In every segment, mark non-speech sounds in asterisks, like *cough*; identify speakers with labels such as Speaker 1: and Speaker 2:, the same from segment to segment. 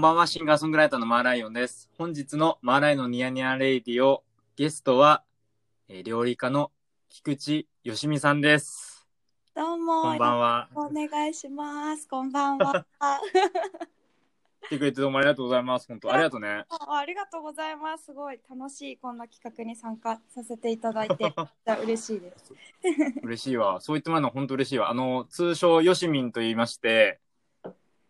Speaker 1: ばんは、シンガーソングライターのマーライオンです。本日のマーライオンのニヤニヤレイディオ、ゲストは、えー料理家の菊池よしみさんです。
Speaker 2: どうも。
Speaker 1: こんばん
Speaker 2: は。
Speaker 1: は。
Speaker 2: お願いします。こんば
Speaker 1: *laughs*
Speaker 2: んは。あ
Speaker 1: 来てくれてどうもありがとうございます。本当ありがとうね。
Speaker 2: ありがとうございます。すごい楽しいこんな企画に参加させていただい
Speaker 1: *laughs*
Speaker 2: て、めっちゃ嬉しいです。
Speaker 1: 嬉しいわ。そう言ってもらうの本当嬉しいわ。あの、通称よしみんと言いまして、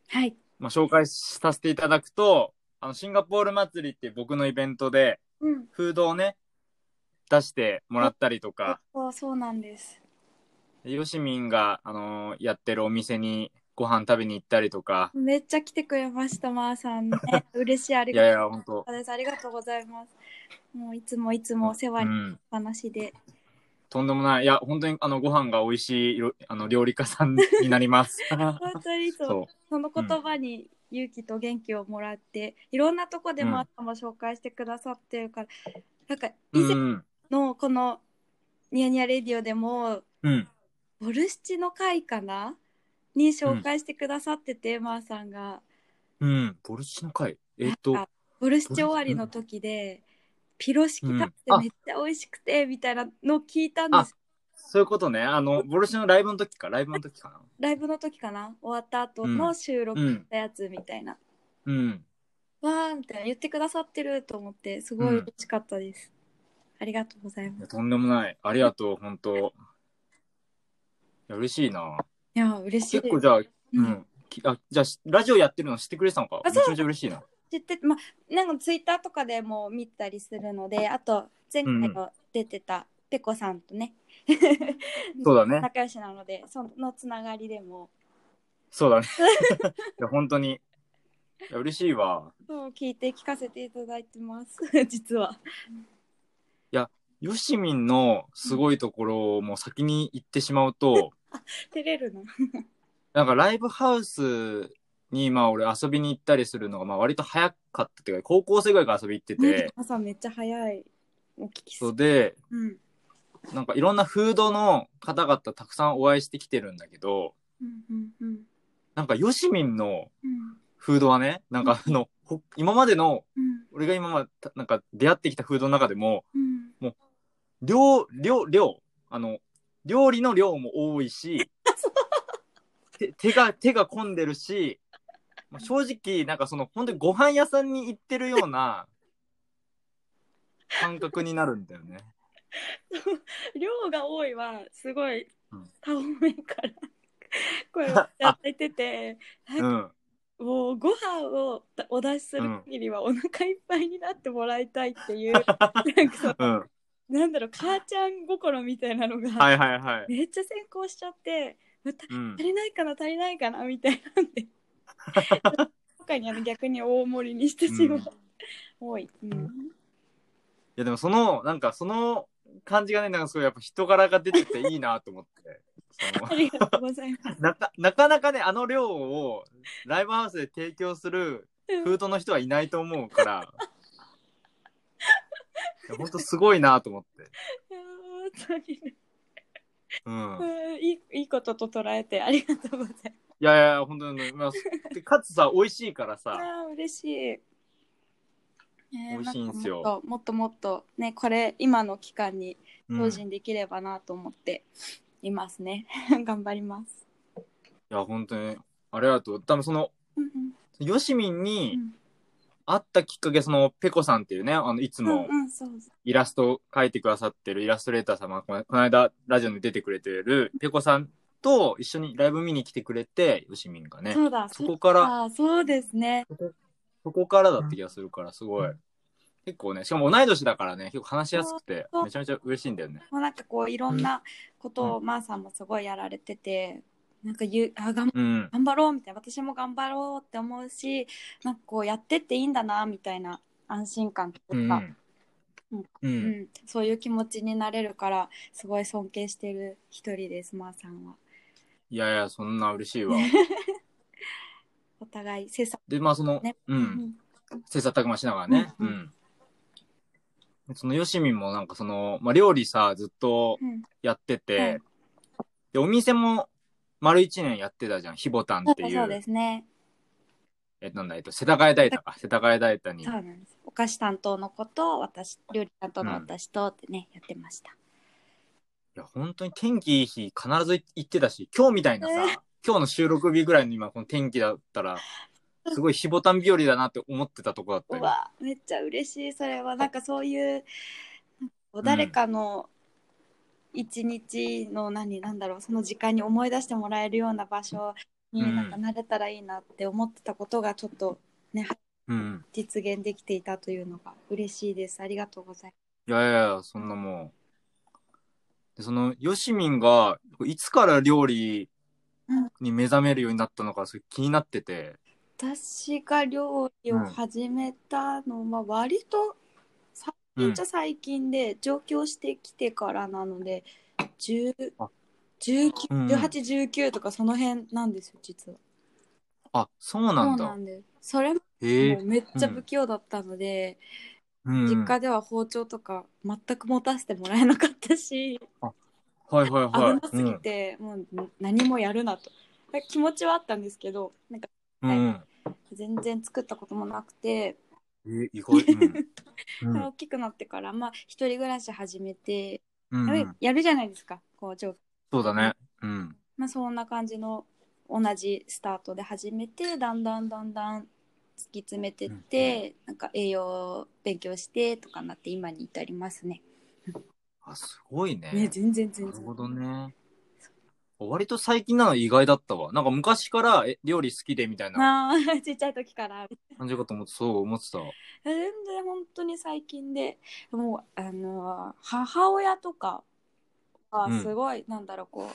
Speaker 2: はい。
Speaker 1: まあ、紹介させていただくと、あの、シンガポール祭りっていう僕のイベントで、
Speaker 2: うん。
Speaker 1: フードをね、出してもらったりとか、
Speaker 2: そうそうなんです。
Speaker 1: よしみんが、あのやってるお店にご飯食べに行ったりとか、
Speaker 2: めっちゃ来てくれました、まー
Speaker 1: *laughs*
Speaker 2: さんね。嬉しい。あり
Speaker 1: いやい
Speaker 2: が
Speaker 1: や、本当
Speaker 2: とうです。ありがとうございます。もういつもいつもお世
Speaker 1: う
Speaker 2: 話に
Speaker 1: ん。
Speaker 2: お話で。
Speaker 1: とんでもない。いや、本当に、あの、ご飯が美味しい、いろあの、料理家さんになり
Speaker 2: *laughs*
Speaker 1: ます。
Speaker 2: 本当にいつも
Speaker 1: そ
Speaker 2: その言葉に勇気と元気をもらって、いろんなとこでマーさんも紹介してくださってるから、なんか
Speaker 1: う。
Speaker 2: 以
Speaker 1: う
Speaker 2: 前
Speaker 1: ん。
Speaker 2: のこの「ニヤニヤレディオ」でも
Speaker 1: うん。
Speaker 2: ボルシチの回かなに紹介してくださってて、マーさんが
Speaker 1: うん。ボルシチの会。えっ
Speaker 2: な
Speaker 1: と
Speaker 2: んか、ボルシチ終わりの時で、ピロシキ食べ
Speaker 1: うんあ
Speaker 2: てめっちゃ美味しくてみたいなのを聞いたんです
Speaker 1: そういうことね。あの、ボルシチのライブの時か、ライブの時かな。
Speaker 2: ライブの時かな終わった後の収録
Speaker 1: う
Speaker 2: し
Speaker 1: ん。
Speaker 2: たやつみたいな、
Speaker 1: うん。
Speaker 2: わーみたいな言ってくださってると思ってすごい嬉しかったです、ありがとうござい
Speaker 1: い
Speaker 2: ま
Speaker 1: や
Speaker 2: す
Speaker 1: とんでもない。ありがとう、本当いや、嬉しいな。
Speaker 2: いや嬉しい
Speaker 1: 結構じゃあ、
Speaker 2: う
Speaker 1: うんん。きあ、じゃあ、ラジオやってるの知ってくれてたのか。め
Speaker 2: あ
Speaker 1: ち
Speaker 2: そう
Speaker 1: ゃめちゃ嬉しいな。
Speaker 2: 知っててまあなんかツイッターとかでも見たりするのであと前回の出てたペコさんとね、
Speaker 1: *laughs* そうだね。
Speaker 2: 仲良しなのでそのつながりでも
Speaker 1: そうだね。 *laughs* いや、本当に。いや、嬉しいわ。
Speaker 2: そう聞いて聞かせていただいてます *laughs* 実は
Speaker 1: よしみんのすごいところをもう先に言ってしまうと、
Speaker 2: 照れるな
Speaker 1: なんかライブハウスにまあ俺遊びに行ったりするのがまあ割と早かったっていうか高校生ぐらいから遊び行ってて、
Speaker 2: 朝めっちゃ早いお聞きす
Speaker 1: そ
Speaker 2: る
Speaker 1: うで
Speaker 2: うん
Speaker 1: なんかいろんなフードの方々たくさんお会いしてきてるんだけど
Speaker 2: うんうんうん
Speaker 1: なんかよしみんの
Speaker 2: うん
Speaker 1: フードはねなんかあのほ今までの
Speaker 2: うん
Speaker 1: 俺が今までたなんか出会ってきたフードの中でも
Speaker 2: うん
Speaker 1: 量量量あの料理の量も多いし手手が手が込んでるし、まあ正直なんかその本当にご飯屋さんに行ってるような感覚になるんだよね。
Speaker 2: 量が多いはすごい
Speaker 1: うん
Speaker 2: 顔面
Speaker 1: *laughs*
Speaker 2: から声をいただいてて
Speaker 1: うん、
Speaker 2: もうご飯をお出しする限りはお腹いっぱいになってもらいたいっ
Speaker 1: *laughs*
Speaker 2: ていう、なんかその
Speaker 1: うん、
Speaker 2: なんだろう母ちゃん心みたいなのが、
Speaker 1: はいはいはい。
Speaker 2: めっちゃ先行しちゃってまた
Speaker 1: うん
Speaker 2: 足、りないかな足りないかなみたいな
Speaker 1: *laughs*
Speaker 2: んで他にあの逆に大盛りにしてしまう、多い、うん、
Speaker 1: いやでもそのなんかその感じがねなんかすごいやっぱ人柄が出てていいなと思って。そ
Speaker 2: *laughs*
Speaker 1: の
Speaker 2: ありがとうございます
Speaker 1: なかなかなかねあの量をライブハウスで提供するフードの人はいないと思うからいや本当すごいなと思って、
Speaker 2: いやー本当にね
Speaker 1: うん、
Speaker 2: うんいいいいことと捉えてありがとうございます
Speaker 1: いやいや本当に、まあ、でかつさ美味しいからさ
Speaker 2: あー嬉しい、ねえ
Speaker 1: 美味しいんすよ
Speaker 2: なんかもっともっともっとねこれ今の期間に
Speaker 1: うん
Speaker 2: 精
Speaker 1: い
Speaker 2: 進できればなと思っていますね、 *laughs* 頑張ります
Speaker 1: や本当にありがとう多分その
Speaker 2: うんうん
Speaker 1: よしみん
Speaker 2: う
Speaker 1: に
Speaker 2: ん
Speaker 1: 会ったきっかけそのぺこさんっていうねあのいつも
Speaker 2: うんうんそうそう
Speaker 1: イラストを描いてくださってるイラストレーター様このこの間ラジオに出てくれてるぺこさんと一緒にライブ見に来てくれてよしみんがね
Speaker 2: そうだ
Speaker 1: そこから
Speaker 2: あそうですね
Speaker 1: そこからだった気がするから、すごい。結構ね、しかも同い年だからね、結構話しやすくて
Speaker 2: そう、
Speaker 1: めちゃめちゃ嬉しいんだよね。
Speaker 2: もうなんかこういろんなことをまーさんもすごいやられててなんかゆあ頑
Speaker 1: うん。
Speaker 2: 頑張ろうみたいな私も頑張ろうって思うしなんかこうやってっていいんだなみたいな安心感と
Speaker 1: う
Speaker 2: いうか、
Speaker 1: ん。う。
Speaker 2: うんん、そういう気持ちになれるからすごい尊敬してる一人ですまー、さんは。
Speaker 1: いやいや、そんな嬉しいわ。
Speaker 2: お互い切磋
Speaker 1: で、まあその、
Speaker 2: ね
Speaker 1: う。
Speaker 2: うんん
Speaker 1: 切磋琢磨しながらね。
Speaker 2: う
Speaker 1: うんん。そのよしみんもなんかその、まあ料理さ、ずっと
Speaker 2: うん
Speaker 1: やって
Speaker 2: はい
Speaker 1: て、で、お店も丸一年やってたじゃん、ひぼたんっ
Speaker 2: そう
Speaker 1: てい
Speaker 2: そうで
Speaker 1: う。
Speaker 2: すね。
Speaker 1: えっと、なんだ、えっと、世田谷大太か、世田谷大太に
Speaker 2: そう。なんです。お菓子担当の子と私料理担当の私とってね、やってました。
Speaker 1: いや、本当に天気いい日必ず行ってたし、今日みたいなさ、
Speaker 2: え
Speaker 1: 今日の収録日ぐらいの今この天気だった
Speaker 2: *laughs*
Speaker 1: ら、すごい日ボタン日和だなって思ってたとこだった
Speaker 2: う
Speaker 1: よ。
Speaker 2: わめっちゃ嬉しいそれはなんかそういうなんかこう誰かの一日の何なんだろうその時間に思い出してもらえるような場所に
Speaker 1: うん
Speaker 2: なんかなれたらいいなって思ってたことがちょっと
Speaker 1: うん。
Speaker 2: 実現できていたというのが嬉しいですありがとうござい
Speaker 1: いやいやいや、そんなもう。で、その、ヨシミンが、いつから料理に目覚めるようになったのか、それ気になってて。
Speaker 2: ます私が料理を始めたのは割と最
Speaker 1: う
Speaker 2: 近
Speaker 1: ん
Speaker 2: っち。ゃ最近で上京してきてからなので10
Speaker 1: あ
Speaker 2: 19
Speaker 1: うん
Speaker 2: 18、19とかその辺なんですよ実は。
Speaker 1: あ、そうなん
Speaker 2: そう
Speaker 1: だ
Speaker 2: な。んです。それも
Speaker 1: へえ。
Speaker 2: めっちゃ不器用だったので、
Speaker 1: うん。
Speaker 2: 実家では包丁とか全く持たせてもらえなかったし、
Speaker 1: はいはい
Speaker 2: 危
Speaker 1: はい
Speaker 2: な。すぎて、もう何もやるなと。気持ちはあったんですけど、なんか
Speaker 1: うん。うん
Speaker 2: 全然作ったこともなくて、
Speaker 1: え、意外。
Speaker 2: *laughs*
Speaker 1: うん。
Speaker 2: 大きくなってから、まあ、一人暮らし始めて、
Speaker 1: うん。う
Speaker 2: や
Speaker 1: ん
Speaker 2: るやるじゃないですか、こう、上
Speaker 1: そうだね。うん。
Speaker 2: まあ、そんな感じの同じスタートで始めてだんだんだんだん突き詰めてって、なんか栄養勉強してとかなって今に至りますね。
Speaker 1: あ、すごい
Speaker 2: ね全然全
Speaker 1: なる
Speaker 2: 然。
Speaker 1: ほどね。割と最近なの意外だったわ。なんか昔からえ料理好きでみたいな
Speaker 2: な *laughs* あちっちゃい時から
Speaker 1: 感じかと思って、そう思ってたわ。
Speaker 2: 全然本当に最近でもうあの母親とかは
Speaker 1: うん
Speaker 2: すごい、なんだろうこう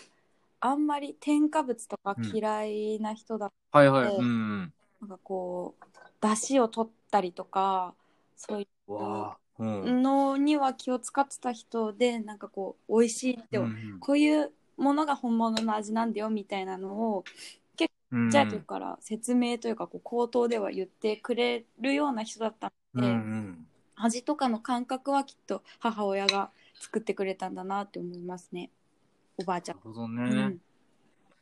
Speaker 2: あんまり添加物とか嫌いな人だ
Speaker 1: はいはい。
Speaker 2: ええ
Speaker 1: うん
Speaker 2: なんかこう出汁を取ったりとかそうい
Speaker 1: う
Speaker 2: う
Speaker 1: ん。わあ。うん。うん
Speaker 2: のには気を使ってた人でなんかこう美味しいって、
Speaker 1: うん
Speaker 2: こういうものが本物の味なんだよみたいなのを
Speaker 1: うん
Speaker 2: じゃあというから説明というかこう口頭では言ってくれるような人だった
Speaker 1: う
Speaker 2: ので、
Speaker 1: ん
Speaker 2: 味とかの感覚はきっと母親が作ってくれたんだなって思いますねおばあちゃ
Speaker 1: なんる。ほどね、
Speaker 2: うん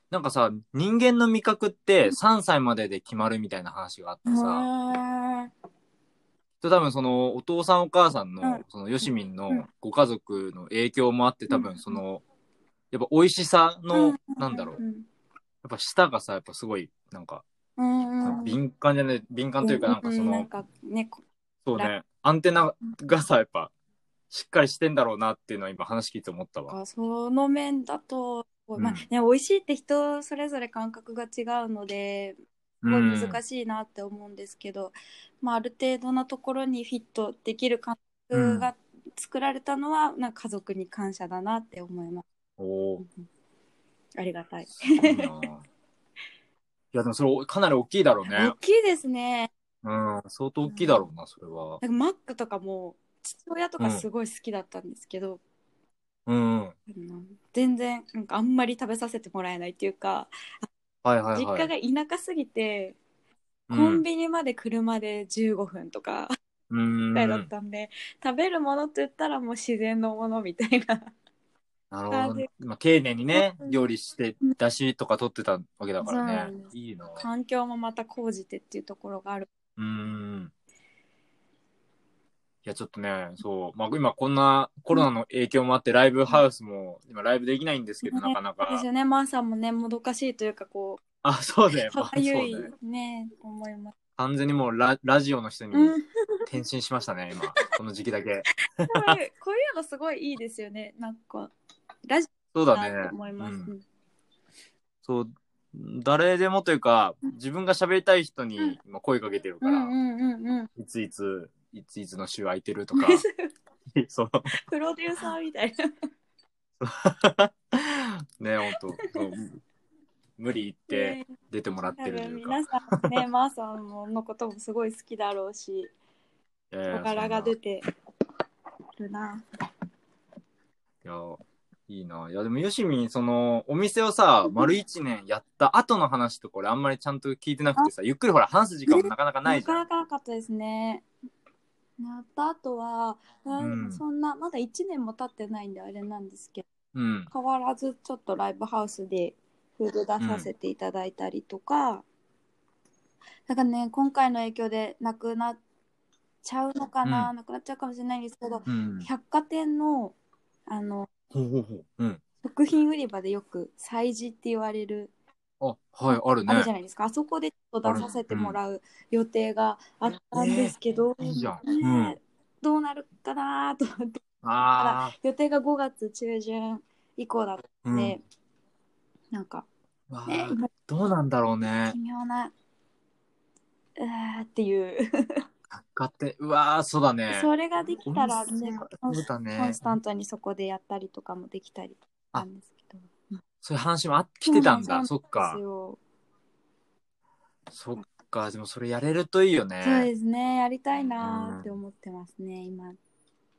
Speaker 1: なんかさ、人間の味覚って3歳までで決まるみたいな話があってさ、
Speaker 2: へ
Speaker 1: と多分そのお父さんお母さんの、
Speaker 2: うん
Speaker 1: そのよしみんの
Speaker 2: うん
Speaker 1: ご家族の影響もあって多
Speaker 2: う
Speaker 1: 分
Speaker 2: ん
Speaker 1: その、やっぱ美味しさの、
Speaker 2: うん
Speaker 1: なんだろう、
Speaker 2: ー
Speaker 1: やっぱ舌がさ、やっぱすごい、なんか、
Speaker 2: うんうん
Speaker 1: 敏感じゃない、敏感というか、なんかそ
Speaker 2: うんな
Speaker 1: の
Speaker 2: ん、かねこ
Speaker 1: そうね、アンテナがさ、やっぱ、しっかりしてんだろうなっていうのは今話聞いて思ったわ。
Speaker 2: かその面だと、
Speaker 1: うん
Speaker 2: まあね、美味しいって人それぞれ感覚が違うのですごい難しいなって思うんですけど、まあ、ある程度のところにフィットできる感覚が作られたのは、なんか家族に感謝だなって思いま
Speaker 1: うん。おー
Speaker 2: す。ありがたい。
Speaker 1: すごいないや、でもそれ、かなり大きいだろうね
Speaker 2: 大。きいですね。
Speaker 1: うん、相当大きいだろうな、それは。
Speaker 2: なんかマックとかも父親とかすごい好きだったんですけど、
Speaker 1: うん。
Speaker 2: あの全然なんかあんまり食べさせてもらえないっていうか、
Speaker 1: はいはいはい。
Speaker 2: 実家が田舎すぎてコ
Speaker 1: う
Speaker 2: ン
Speaker 1: ん
Speaker 2: ビニまで車で15分とか
Speaker 1: うん
Speaker 2: ぐらいだったんで、食べるものって言ったらもう自然のものみたいな。
Speaker 1: なるほど、ね
Speaker 2: で。
Speaker 1: まあ、丁寧にね
Speaker 2: う、ん
Speaker 1: 料理して、だしとか取ってたわけだか
Speaker 2: そう
Speaker 1: ら
Speaker 2: な
Speaker 1: ね
Speaker 2: んで。す
Speaker 1: いいな。
Speaker 2: 環境もまた講じてっていうところがある。
Speaker 1: うん。いや、ちょっとね、そう、まあ、今こんなコロナの影響もあって、ライブハウスも、今ライブできないんですけど、な
Speaker 2: ね
Speaker 1: かな
Speaker 2: です
Speaker 1: か。
Speaker 2: よね、マーさんもね、もどかしいというか、こう、
Speaker 1: あ、そう
Speaker 2: *laughs*
Speaker 1: だよ。まあ
Speaker 2: 歯
Speaker 1: そう
Speaker 2: がゆい
Speaker 1: だよ。
Speaker 2: ね、思います。
Speaker 1: 完全にもうララジオの人に
Speaker 2: うん、
Speaker 1: 転身しましたね、今。この時期だけ。
Speaker 2: でもこういうのすごいいいですよね、なんか、ラジ
Speaker 1: そう
Speaker 2: オ
Speaker 1: だ
Speaker 2: だ *laughs*
Speaker 1: ね
Speaker 2: なと。思います。
Speaker 1: うんそう、誰でもというか、自分が喋りたい人に今声かけてる
Speaker 2: う
Speaker 1: から。
Speaker 2: んうんうんうんうん。
Speaker 1: いついつ、いついつの週空いてるとか、
Speaker 2: *laughs*
Speaker 1: そう。
Speaker 2: プロデューサーみたい
Speaker 1: *laughs*
Speaker 2: な。
Speaker 1: ね、ほんと、そう無理言って出てもらって
Speaker 2: 多
Speaker 1: るという
Speaker 2: 分
Speaker 1: か
Speaker 2: 皆。さんもね、 *laughs* マーさんのこともすごい好きだろうし、
Speaker 1: いやいや
Speaker 2: 小柄が出てるな。
Speaker 1: そんないや、いいな。いや、でも、よしみん、その、お店をさ、丸一年やった後の話とこれ、あんまりちゃんと聞いてなくてさ、ゆっくりほら、話す時間もなかなかない
Speaker 2: な
Speaker 1: じゃ
Speaker 2: か
Speaker 1: ん。
Speaker 2: なかなかったですね。なった後は、なん
Speaker 1: うん
Speaker 2: そんな、まだ1年も経ってないんであれなんですけど、
Speaker 1: うん。
Speaker 2: 変わらずちょっとライブハウスでフード出させていただいたりとか、だからね、今回の影響でなくなっちゃうのかな、なくなっちゃうかもしれないんですけど、
Speaker 1: うん。
Speaker 2: 百貨店の、あの、
Speaker 1: ほうほうほう。うん。
Speaker 2: 食品売り場でよく催事って言われる、
Speaker 1: あ、はい、ある
Speaker 2: あるじゃ
Speaker 1: ね。
Speaker 2: ないですか。あそこでちょっと出させてもらう予定があったんですけど、
Speaker 1: いいじゃん。
Speaker 2: ね
Speaker 1: うん。
Speaker 2: どうなるかなと思って、
Speaker 1: あ
Speaker 2: 予定が5月中旬以降だっ
Speaker 1: あ。
Speaker 2: た
Speaker 1: うんん。
Speaker 2: で、なんか
Speaker 1: わあ
Speaker 2: ね、今
Speaker 1: どうなんだろうね
Speaker 2: 微。妙な、うわーっていう、
Speaker 1: 百貨店。うわあ、そうだね。
Speaker 2: *laughs* それができたら、
Speaker 1: 俺も
Speaker 2: ね
Speaker 1: そうだね。
Speaker 2: コンスタントにそこでやったりとかもできたりとかなんですけど。
Speaker 1: そういう話もあ来てたんだ。そ
Speaker 2: そ
Speaker 1: っか
Speaker 2: です。よ
Speaker 1: そっか。でもそれやれるといいよね。
Speaker 2: そうですね、やりたいなーって思ってますね、今。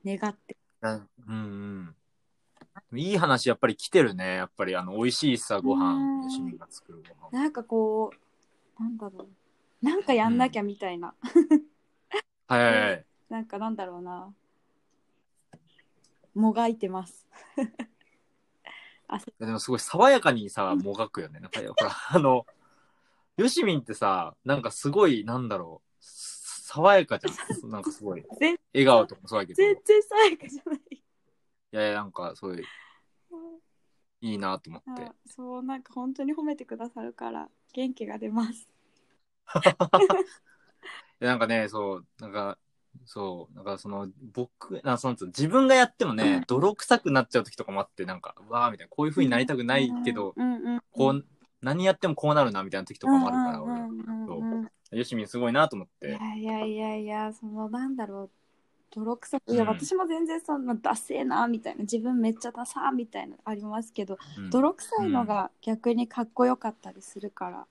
Speaker 2: 願って。
Speaker 1: なうんうん。いい話やっぱり来てるね。やっぱりあの美味しいさご
Speaker 2: うん
Speaker 1: 飯、よしみが作るご飯。
Speaker 2: なんかこう、なんだろう。なんかやんなきゃみたいな。 *laughs*
Speaker 1: はいはいはい。
Speaker 2: なんかなんだろうな。もがいてます。
Speaker 1: いやでもすごい爽やかにさ、もがくよね。なんか、ほら、 *laughs* あの、よしみんってさ、なんかすごい、なんだろう、爽やかじゃん。なんかすごい、
Speaker 2: 全
Speaker 1: 笑顔とかもそうだけど、
Speaker 2: 全
Speaker 1: い
Speaker 2: 然爽やかじゃない。
Speaker 1: やいや、なんかそういう、いいなと思って
Speaker 2: あ。そう、なんか本当に褒めてくださるから、元気が出ます。
Speaker 1: いやなんかね、そう、なんか、そう、なんかその、僕、なんかその自分がやってもね、泥臭くなっちゃう時とかもあって、なんか、うわーみたいな、こういう風になりたくないけど、
Speaker 2: うんうんうん、
Speaker 1: こ
Speaker 2: う
Speaker 1: う、何やってもこうなるな、みたいな時とかもあるから、
Speaker 2: んうんうんうんうん
Speaker 1: 俺、よしみんすごいなと思っ
Speaker 2: い
Speaker 1: て。
Speaker 2: やいやいやいや、そのなんだろう、泥臭く、いや、
Speaker 1: うん
Speaker 2: 私も全然そんなダセーなみたいな、自分めっちゃダサーみたいなありますけど、
Speaker 1: うん
Speaker 2: 泥臭いのが逆にかっこよかったりするから、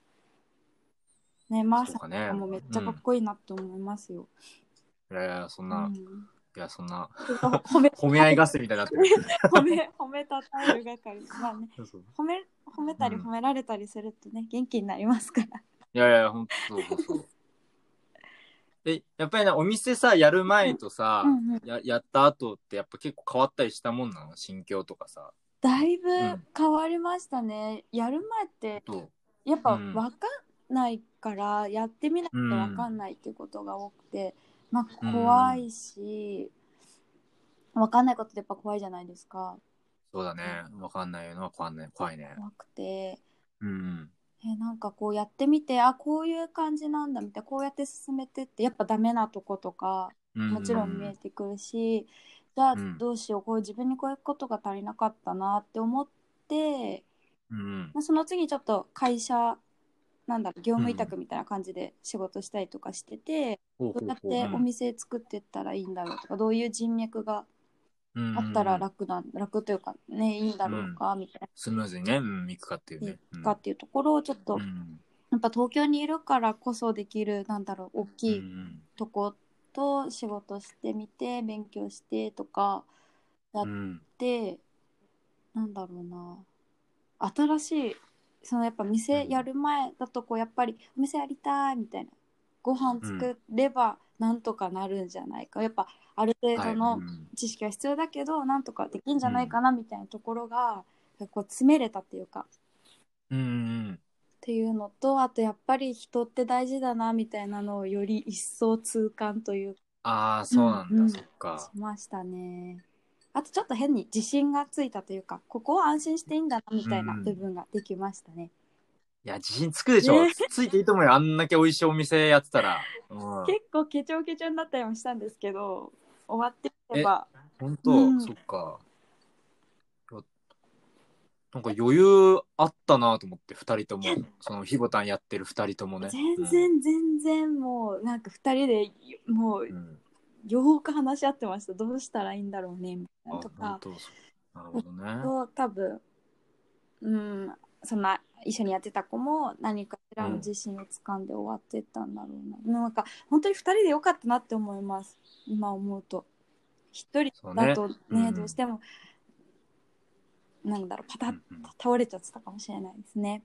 Speaker 2: ね、マー
Speaker 1: そう
Speaker 2: サ
Speaker 1: かね
Speaker 2: ー。もめっちゃかっこいいなって思いますよ。
Speaker 1: いやいや、そん
Speaker 2: う
Speaker 1: な、
Speaker 2: ん
Speaker 1: いや、そんな、
Speaker 2: 褒
Speaker 1: *laughs*
Speaker 2: め、
Speaker 1: 褒め合い合戦みたいになって
Speaker 2: 褒め、褒めたたえる係、まあね、
Speaker 1: る。そう
Speaker 2: 褒め、褒めたり
Speaker 1: うん
Speaker 2: 褒められたりするとね、元気になりますから。
Speaker 1: いやいや、ほんと、そうそうそう。え、やっぱりね、お店さ、やる前とさ、
Speaker 2: うんうん
Speaker 1: ややった後って、やっぱ結構変わったりしたもんなの心境とかさ。
Speaker 2: だいぶ
Speaker 1: うん
Speaker 2: 変わりましたね。やる前って、
Speaker 1: どう
Speaker 2: やっぱ
Speaker 1: うん
Speaker 2: 分かんないから、やってみないと分かんないっていうことが多くて、ま
Speaker 1: うん
Speaker 2: あ怖いし、分かんないことってやっぱ怖いじゃないですか
Speaker 1: そうだね。わかんないよな、わかんない。怖いね。
Speaker 2: 怖くて
Speaker 1: うんうん。
Speaker 2: えなんかこうやってみてあこういう感じなんだみたいなこうやって進めてってやっぱダメなとことか
Speaker 1: うう
Speaker 2: もちろん見えてくるし、じゃあ
Speaker 1: うん
Speaker 2: どうしようこう自分にこういうことが足りなかったなって思って
Speaker 1: うんうん。
Speaker 2: まあその次ちょっと会社なんだろう業務委託みたいな感じで仕事したりとかしてて、
Speaker 1: ほう
Speaker 2: どうやってお店作ってったらいいんだろうとかどういう人脈があったら
Speaker 1: うんうんうん
Speaker 2: 楽な、楽というかねいいんだろうかみたい
Speaker 1: スムーズにね、うん、いくかっていう
Speaker 2: な、
Speaker 1: ね。
Speaker 2: かっていうところをちょっと、
Speaker 1: うん
Speaker 2: や
Speaker 1: うん
Speaker 2: っぱ東京にいるからこそできるなんだろう大
Speaker 1: う
Speaker 2: きい
Speaker 1: ん
Speaker 2: とこと仕事してみて勉強してとか
Speaker 1: うんうん。
Speaker 2: でなんだろうな新しいそのやっぱ店やる前だとこうやっぱりお店やりたいみたいなご飯作ればなんとかなるんじゃないか、やっぱある程
Speaker 1: はい
Speaker 2: 度
Speaker 1: う
Speaker 2: の
Speaker 1: ん
Speaker 2: 知識は必要だけどなんとかできんじゃないかなみたいなところが、こう詰めれたっていうかっ
Speaker 1: うんうん。
Speaker 2: ていうのとあとやっぱり人って大事だなみたいなのをより一層痛感という
Speaker 1: ああ、そうなん
Speaker 2: うんう
Speaker 1: だ、
Speaker 2: ん
Speaker 1: そっ
Speaker 2: か
Speaker 1: か
Speaker 2: し。ましたね。あとちょっと変に自信がついたというかここを安心していいんだなみたいな
Speaker 1: うんうん
Speaker 2: 部分ができましたね。
Speaker 1: いや、自信つくでしょ。
Speaker 2: ね
Speaker 1: ついていいと思うよ。あんだけ美味しいお店やってたら。うん。
Speaker 2: 結構ケチョケチョになったりもしたんですけど終わってみれば
Speaker 1: ほんと、
Speaker 2: うん
Speaker 1: そっか。いやなんか余裕あったなと思って、二人とも。その、ひぼたんやってる二人ともね。
Speaker 2: 全然全然もうなんか2人でもう
Speaker 1: うん。うん
Speaker 2: よーく話し合ってましたどうしたらいいんだろうねみた
Speaker 1: あ、
Speaker 2: いなと
Speaker 1: ほん
Speaker 2: か
Speaker 1: と、そうなるほどね。
Speaker 2: と多分うんそんな一緒にやってた子も何かしらの自信をつかんで終わってったんだろうな、でもなんか本当に2人でよかったなって思います今思うと1人だとね
Speaker 1: そうねうん
Speaker 2: どうしてもなんだろうパタ
Speaker 1: う
Speaker 2: ッ
Speaker 1: んうん
Speaker 2: 倒れちゃってたかもしれないですね。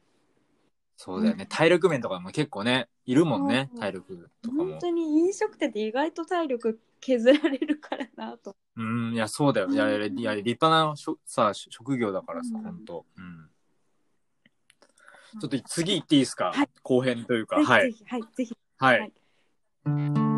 Speaker 1: そうだよね。体力面とかも結構ね、いるもんね
Speaker 2: そ。う
Speaker 1: 体力とか
Speaker 2: 本
Speaker 1: も
Speaker 2: 当。に飲食店って意外と体力削られるからなと。
Speaker 1: うん、いや、そうだよ。いや、いや、いや立派なしょさ、職業だからさ、
Speaker 2: うん
Speaker 1: ほんと。うん。ちょっと次行っていいですか、
Speaker 2: はい
Speaker 1: 後編というか。
Speaker 2: ぜひ
Speaker 1: は
Speaker 2: ぜ
Speaker 1: い。
Speaker 2: ひ、はい、ぜひ。
Speaker 1: は
Speaker 2: はい
Speaker 1: い。